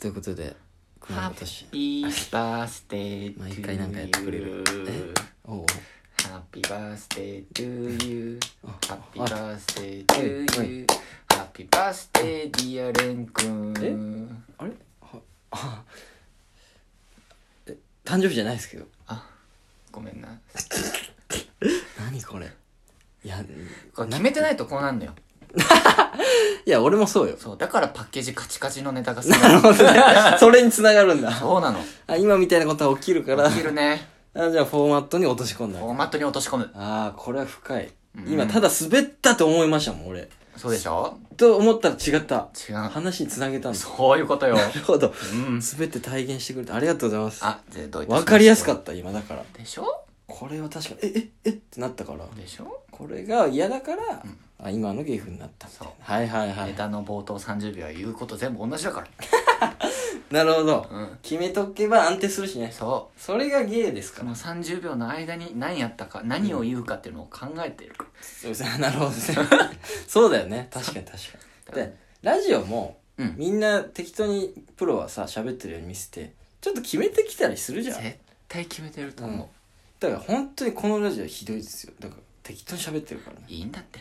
ということでこのハ今ッ年ピーバースデー毎回なんかやってくれるえおうおうハッピーバースデー to you あハッピーバースデー to you ハッピーバースデーディアレン君あれはあえ誕生日じゃないですけどあごめんな何これいやこれ決めてないとこうなんのよいや俺もそうよ そうだからパッケージカチカチのネタがすごいなるほどねそれにつながるんだそうなのあ今みたいなことは起きるからできるねあじゃあフォーマットに落とし込んだフォーマットに落とし込むああこれは深いうん今ただ滑ったと思いましたもん俺そうでしょと思ったら違った違う話につなげたんだそういうことよなるほどうん滑って体現してくれてありがとうございますあでどういたしまわかりやすっかった今だからたでしょこれは確かにえええってなったからでしょこれが嫌だから、んあ今の芸風になったみたいそうなはいはいはネいタの冒頭30秒は言うこと全部同じだからなるほど、うん決めとけば安定するしねそそれが芸ですうかそらの30秒の間に何やったか何を言うかっていうのを考えてるかそうですね なるほどねそうだよね確かに確かだかにらでラジオもうんみんな適当にプロはさ喋ってるように見せてちょっと決めてきたりするじゃん絶対決めてると思う、だから本当にこのラジオひどいですよだから適当に喋ってるからねいいんだって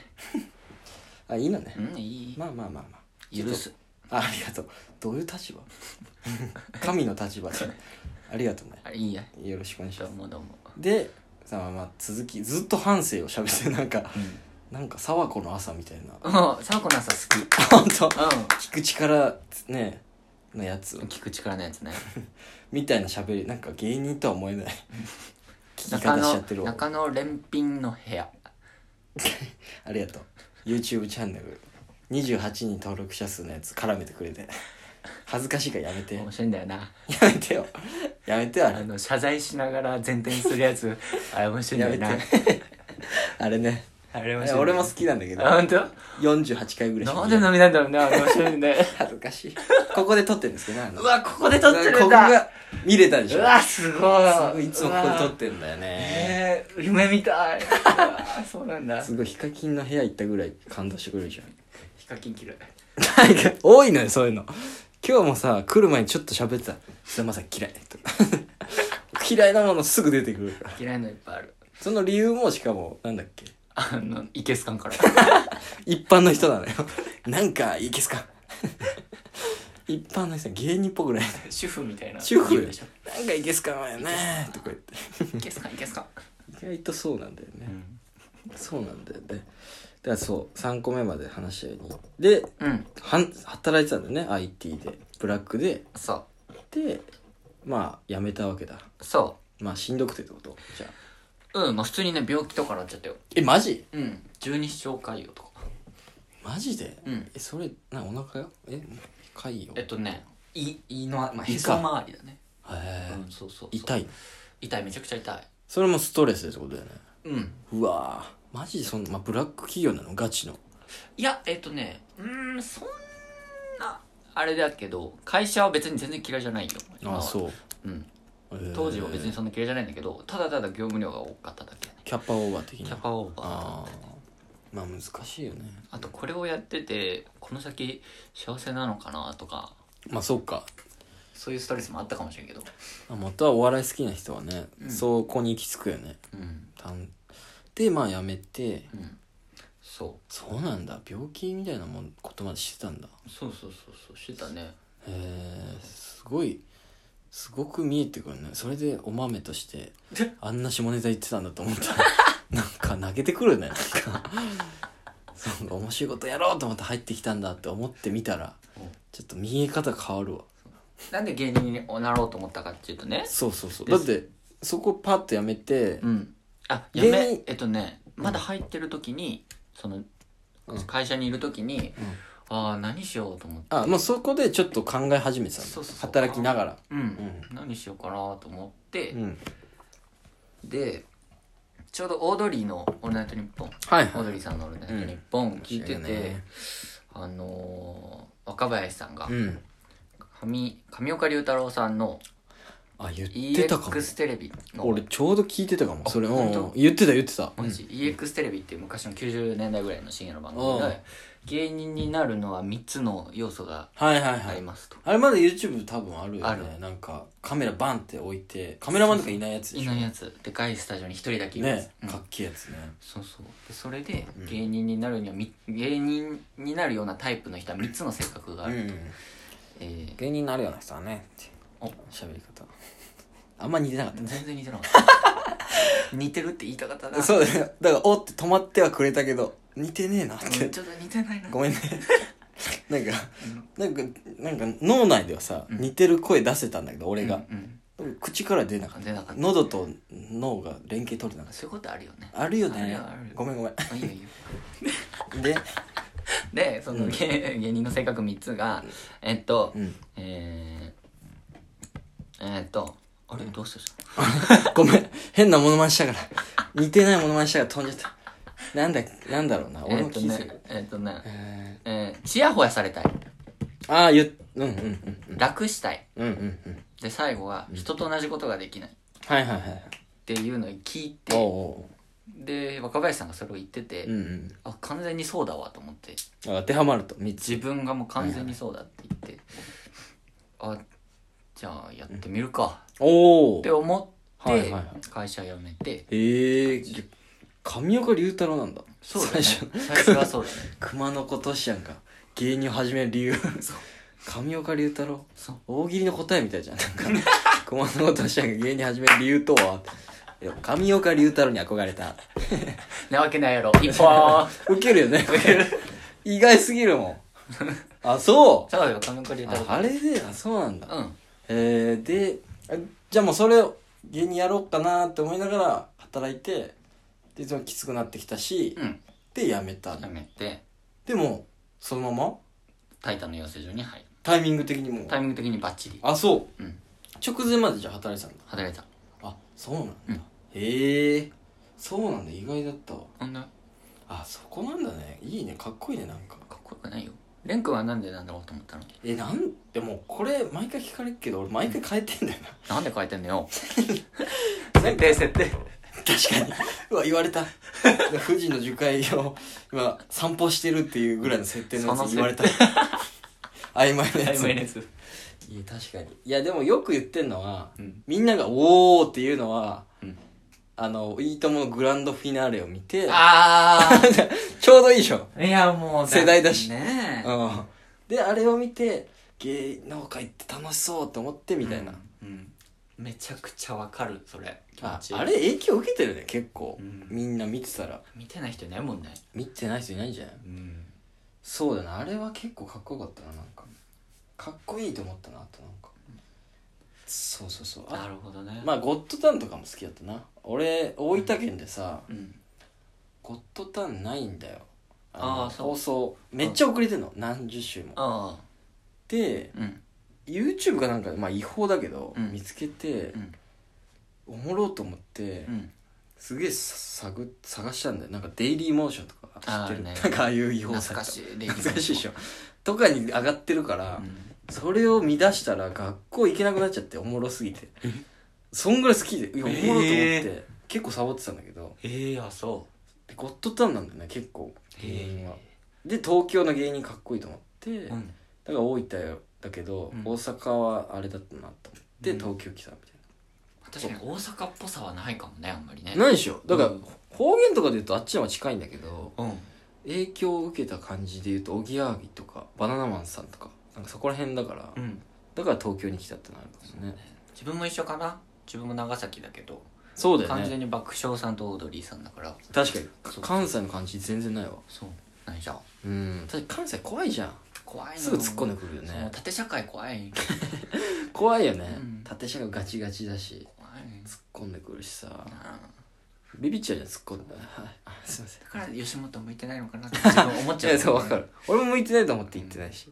あいいのねうんいいまあまあまあまあ許すあありがとうどういう立 場神の立場でありがとうねあいいやよろしくお願いしどまうもどうも、すでさあまあ続きずっと反省をしゃべってなんかうなんか沢子の朝みたいなん、もうサーコナさ好き本当う聞く力ねのやつをん聞く力のやつねみたいな喋りなんか芸人とは思えない聞き中方しちゃ野ってるわ中野連品の部屋ありがとう YouTube チャンネル28人登録者数のやつ絡めてくれて恥ずかしいからやめてや面白いんだよなめてよやめてよああの謝罪しながら前転するやつあれ面白れいんやだめよて なあれねあれ面白い俺も好きなんだけどあ本当48回ぐらいしか見なんてでない飲みなんだろうねあれ面白いんだよ恥ずかしいここで撮ってるんですけどねあのうわここで撮ってるこんこだが見れたでしうょわすすごごいいいつもここで撮っててんだよねえー、夢みたいうわそうなんだすごいヒカキンの部屋行ったぐらい感動してくれるじゃんヒカキン嫌いなんか多いのよそういうの今日もさ来る前にちょっと喋ってた「菅田将暉嫌い」とか 嫌いなものすぐ出てくるから嫌いのいっぱいあるその理由もしかもなんだっけあのいけすか んから一般の人なのよ なんかいいですか一般の人芸人っぽくない主婦みたいな主婦言うでしょなんかいいですかお前ねとか言っていけすかんいけすかん、意外とそうなんだようね、んそうなんだよねだからそう3個目まで話したようにでうん、はん働いてたんだよね IT でブラックでそうでまあ辞めたわけだそまあしんどくてってことじゃあううんまあ普通にね病気とかなっちゃったよえマジうん十二指腸潰瘍とかマジで、うんえそれなお腹よえ海よえっとね胃胃の、まあ、胃かへそ周りだねへえ、うんそうそうそう痛い痛いめちゃくちゃ痛いそれもストレスでってことだよねうんうわーマジでそんな、まあ、ブラック企業なのガチのいやえっとねうーんそんなあれだけど会社は別に全然嫌いじゃないよ今はそううん、へー当時は別にそんな嫌いじゃないんだけどただただ業務量が多かっただけだねキャッパオーバー的キなャパオーバーあーまあ難しいよねあとこれをやっててこの先幸せなのかなとかまあそうかそういうストレスもあったかもしれんけどあまたはお笑い好きな人はね、うんそこに行き着くよねうんたんでまあやめてうんそそうなんだ病気みたいなもんことまでしてたんだうそうそうそうそうしてたねへえすごいすごく見えてくるねそれでお豆としてえあんな下ネタ言ってたんだと思った らなんか投げてくるねなんかそう面白いことやろうと思って入ってきたんだって思ってみたらうんちょっと見え方変わるわなんで芸人になろうと思ったかっていうとねそうそうそうでだっすてそこパッとやめてうんあや芸人めえっとねまだ入ってる時にそのうん会社にいる時にうんああ何しようと思ってあもうそこでちょっと考え始めてたんだそうそうそう働きながらうん、ん何しようかなと思ってう、んでちょうどオードリーの「オールナイトニッポン」はいオーはドいリーさんの「オールナイトニッポン」聞いてて、面白いよねあのー若林さんがうん上上岡龍太郎さんのあ言ってたかも EX テレビの俺ちょうど聞いてたかもそれう本当ん言ってた言ってた、マジ EX テレビっていう昔の90年代ぐらいの深夜の番組うんで芸人になるのは3つの要素がはいはいはありいますと、あれまだ YouTube 多分あるよねあるなんかカメラバンって置いてカメラマンとかいないやつでいしょないやつでかいスタジオに1人だけいますね、うんかっけえやつねそうそうでそれでうん芸人になるにはみ芸人になるようなタイプの人は3つの性格があうる、んえー芸人になるような人はねってお喋り 方あんま似てなかったね全然似てなかっ た似てるって言いたかったなそうだよだから「お」って止まってはくれたけど似てねえなっうんてちょっと似てないなごめんね なんかなんかなんか脳内ではさ、うん似てる声出せたんだけどう俺んが、うん口から出なかっ出なかたった喉と脳が連携取れなかっそういうことあるよねたあるよあるねよあるよごめんご めあいいよいいよんで、でそのうん芸芸人の性格3つがえっとうん、えー、えーっとあれどうしたした ごめん変なモノマネしたから似てないモノマネしたから飛んじゃったなんだなんだろうなえ俺ーもっと聞いてたけどねえーっとねええーちやほやされたいーああ言っうんうんうん楽したいうんうんうんうんで最後は人と同じことができないっはいはいはいていうのを聞いおうておうで若林さんがそれを言ってて、うんうんあ完全にそうだわと思ってあ当てはまると3つ自分がもう完全にそうだって言って、あじゃあやってみるかおおって思って、はいはいはい会社辞めてええー、神岡龍太郎なんだそうだね最初最初 はそうだね熊野古しやんか芸人を始める理由そう神岡龍太郎そう大喜利の答えみたいじゃんなんか 熊野古しやんが芸人始める理由とはいや神岡龍太郎に憧れたなわけないやろ一本ウケるよね意外すぎるもんあ そうそうだよ髪の毛入れたああれであそうなんだうんえー、であじゃあもうそれを芸人やろうかなって思いながら働いてでそのきつくなってきたし、うんで辞めた辞めてでもそのまま「タイタン」の養成所に入るタイミング的にもうタイミング的にバッチリあそう、うん直前までじゃあ働いてたんだ働いたあそうなんだ、うんへえそうなんだ意外だったわほんなかあそこなんだねいいねかっこいいねなんかっこよくないよ蓮くんはなんでなんだろうと思ったのえなんでもこれ毎回聞かれるけど俺毎回変えてんだよななんで変えてんの よ設定設定確かに うわ言われた富士の樹海を 今散歩してるっていうぐらいの設定のやつそ言われの設た 曖昧なやついすや確かにいやでもよく言ってんのはうんみんなが「おー」っていうのはうんあの「いいとも!」のグランドフィナーレを見てあ ちょうどいいでしょあ いやもう世代だしねえうんであれを見て芸能界って楽しそうって思ってみたいな、うんうんめちゃくちゃわかるそれ気持あちいいあれ影響受けてるね結構、うんみんな見てたら見てない人いないもんね見てない人いないんじゃないうんそうだなあれは結構かっこよかったななんかかっこいいと思ったなあとなんかそうそうそうなあるほどねまあゴッドタンとかも好きだったな俺大分県でさ、うんゴッドタンないんだよあーのそう放送めっちゃ遅れてんの何十週もああでうん YouTube かなんかでまあ違法だけど、うん見つけてう、んおもろうと思って、うんすげえさ探探したんだよなんかデイリーモーションとかあ知ーってる、ねなんかああいう違法懐サイかトしい懐かしいでしょょとかに上がってるから、それを見出したら学校行けなくなっちゃっておもろすぎてそんぐらい好きでいやおもろと思って、え結構サボってたんだけどええあそでゴッドタウンなんだよね結構う芸人はへで東京の芸人かっこいいと思って、えだから大分だけど、うん大阪はあれだったなと思って、うん東京来たみたい確かに大阪っぽさはないかもねあんまりねなないでしょだから、うん方言とかで言うとあっちの方が近いんだけどうん影響を受けた感じで言うとおぎやはぎとかバナナマンさんとかなんかそこら辺だから、うんだから東京に来たってなるかもね自分も一緒かな自分も長崎だけどそうだよね完全に爆笑さんとオードリーさんだから確かにそう関西の感じ全然ないわそう何じゃんうん確かに関西怖いじゃん怖いのすぐ突っ込んでくるよそねう縦社会怖い怖いよね、うん縦社会ガチガチだし怖い突っ込んでくるしさなビビっちゃうじゃん突っ込んだらはいあすいませんだから吉本向いてないのかなって自分思っちゃ ういやそうわかる俺も向いてないと思って言ってないし、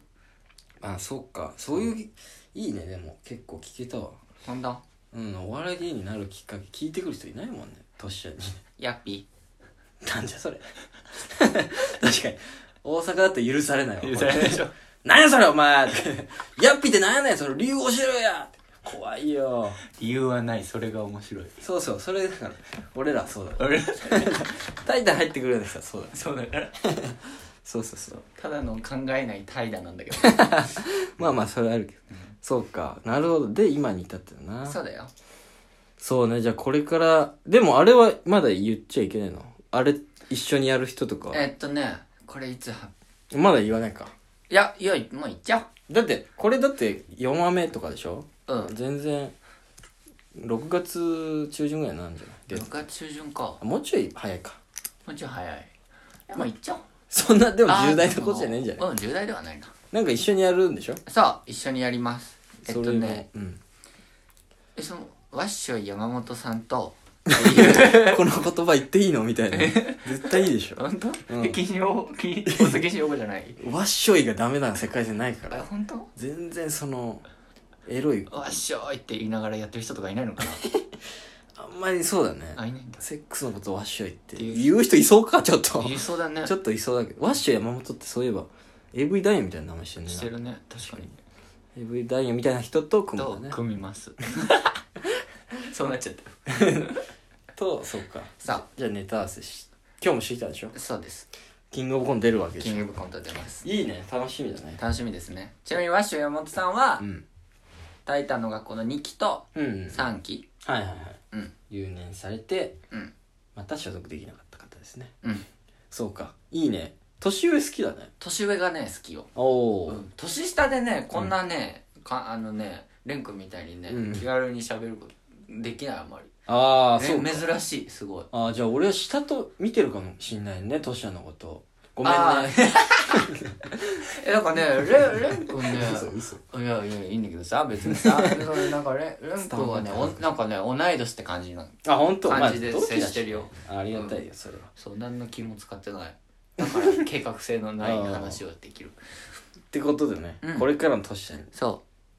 あそうかそういう、いいねでも結構聞けたわ飛んだうんお笑い芸人になるきっかけ聞いてくる人いないもんね年下に ヤッピなんじゃそれ 確かに大阪だと許されないわ ー許されないでしょ何やそれお前ってやっぴって何やねんその理由教えろやって怖いよ理由はないそれが面白いそうそうそれだから俺らそうだあれタイタン入ってくるんですよそうだそうだからそうそうそうただの考えない怠惰なんだけ まあまあそれあるけど、そうかなるほどで今に至ってるなどそうだよそうねじゃあこれからでもあれはまだ言っちゃいけないのあれ一緒にやる人とかえっとねこれいつ発まだ言わないかいやいやもういっちゃだってこれだって4話目とかでしょおううん全然6月中旬ぐらいなんじゃない6月中旬かあもうちょい早いかもうちょい早いいやもういっちゃおうそんなでもあー重大なことじゃないんじゃでないもうん重大ではないななんか一緒にやるんでしょさあ一緒にやりますえっとのね うん、えそのワッショイ山本さん とこの言葉言っていいのみたいな絶対いいでしょ本当うんえ禁止用 禁止禁止用語じゃないわっしょいがダメな世界じゃないかあら本当全然そのエロいわっしょいって言いながらやってる人とかいないのかなあんまりそうだねあいないんだセックスのことわっしょいって言う人いそうかちょっと言いそうだねちょっといそうだけどわっしょい山本ってそういえば AV 男優みたいな名前してるねしてるね確かに AV 男優みたいな人と組むとんだね組みます そうなっちゃったとそうかさじゃあネタ合わせし今日もしてきたでしょあそうですキングオブコント出るわけでキしンょグオブコント出ますいいね楽しみだね楽しみですねちなみにワッショイ山本さんは、うんタイタンの学校の2期とうんうんはい3期はいはいうん留年されてうんまた所属できなかった方ですねうんそうかいいね年上好きだね年上がね好きよおお、うん年下でねこんなね、かあのね蓮くんみたいにね、うん気軽に喋ることできないあんまりああねそうか珍しいすごいああじゃあ俺は下と見てるかもしんないねトシヤのことごめんあねーえなんか ねれれんくんね嘘嘘いやいやいいんだけどさ別にさ それなんかれれんくんはねおなんかね同い年って感じなのあ本当感じでまあ同期だ接してるよありがたいよそれは、そう何の気も使ってないだから計画性のない話をできるってことでね、うんこれからのトシヤにそ